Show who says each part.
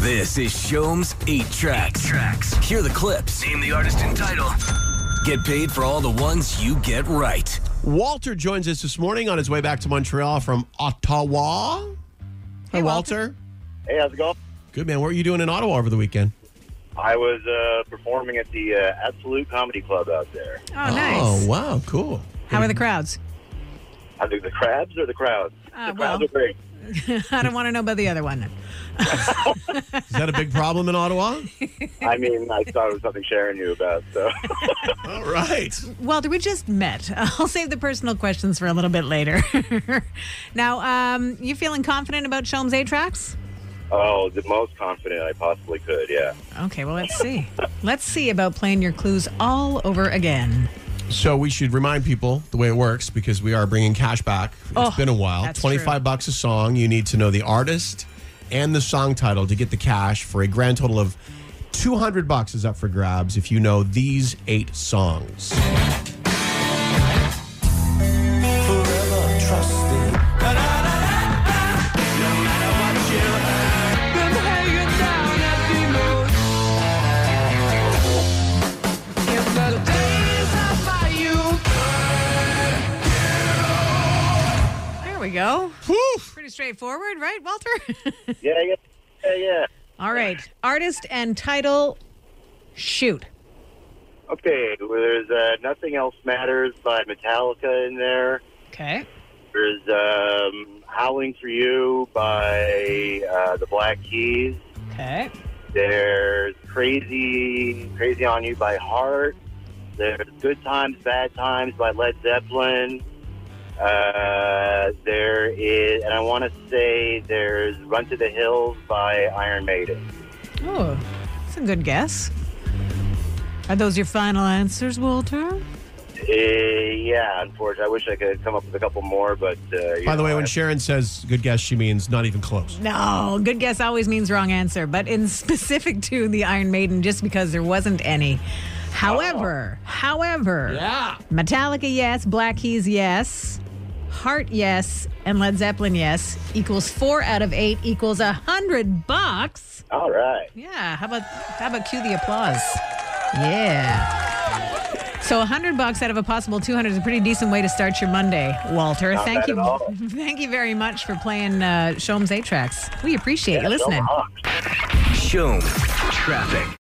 Speaker 1: This is Shome's Eight Tracks. Tracks. Hear the clips. Name the artist and title. Get paid for all the ones you get right.
Speaker 2: Walter joins us this morning on his way back to Montreal from Ottawa.
Speaker 3: Oh,
Speaker 2: Hi, Walter.
Speaker 4: Hey, how's it going?
Speaker 2: Good man. What were you doing in Ottawa over the weekend?
Speaker 4: I was uh, performing at the uh, Absolute Comedy Club out there.
Speaker 3: Oh, nice.
Speaker 2: Oh, wow, cool.
Speaker 3: How are the crowds?
Speaker 4: I think the crabs or the crowds?
Speaker 3: Uh,
Speaker 4: the crowds
Speaker 3: well.
Speaker 4: are great.
Speaker 3: I don't want to know about the other one.
Speaker 2: Is that a big problem in Ottawa?
Speaker 4: I mean, I thought it was something Sharon knew about, so.
Speaker 2: All right.
Speaker 3: Walter, we just met. I'll save the personal questions for a little bit later. now, um, you feeling confident about Sholm's A tracks?
Speaker 4: oh, the most confident I possibly could, yeah.
Speaker 3: Okay, well, let's see. let's see about playing your clues all over again.
Speaker 2: So we should remind people the way it works because we are bringing cash back. It's
Speaker 3: Oh,
Speaker 2: been a while.
Speaker 3: that's
Speaker 2: Twenty-five
Speaker 3: true.
Speaker 2: bucks a song. You need to know the artist and the song title to get the cash for a grand total of two hundred bucks is up for grabs if you know these eight songs.
Speaker 3: There we go.
Speaker 2: Whew.
Speaker 3: Pretty straightforward, right, Walter?
Speaker 4: Yeah, yeah, yeah, yeah.
Speaker 3: all right. Artist and title, shoot.
Speaker 4: Okay, well, there's uh, Nothing Else Matters by Metallica in there.
Speaker 3: Okay.
Speaker 4: There's um, Howling for You by uh, the Black Keys.
Speaker 3: Okay.
Speaker 4: There's Crazy Crazy on You by Heart. There's Good Times, Bad Times by Led Zeppelin. Uh, there is, and I want to say there's Run to the Hills by Iron Maiden.
Speaker 3: Oh, that's a good guess. Are those your final answers, Walter?
Speaker 4: Uh, yeah, unfortunately, I wish I could come up with a couple more, but uh, you
Speaker 2: By the
Speaker 4: know,
Speaker 2: way,
Speaker 4: I-
Speaker 2: when Sharon says "good guess," she means not even close.
Speaker 3: No, good guess always means wrong answer, but in specific to the Iron Maiden, just because there wasn't any. However, however,
Speaker 2: Yeah.
Speaker 3: Metallica, yes, Black Keys, yes, Heart, yes, and Led Zeppelin, yes, equals four out of eight, equals a hundred bucks.
Speaker 4: all right,
Speaker 3: Yeah, how about how about cue the applause? Yeah. So 100 bucks out of a possible 200 is a pretty decent way to start your Monday, Walter.
Speaker 4: Not
Speaker 3: thank
Speaker 4: bad
Speaker 3: you.
Speaker 4: at all.
Speaker 3: Thank you very much for playing uh Shome's A tracks. We appreciate you listening.
Speaker 4: Go Hawks.
Speaker 1: Shome. Traffic.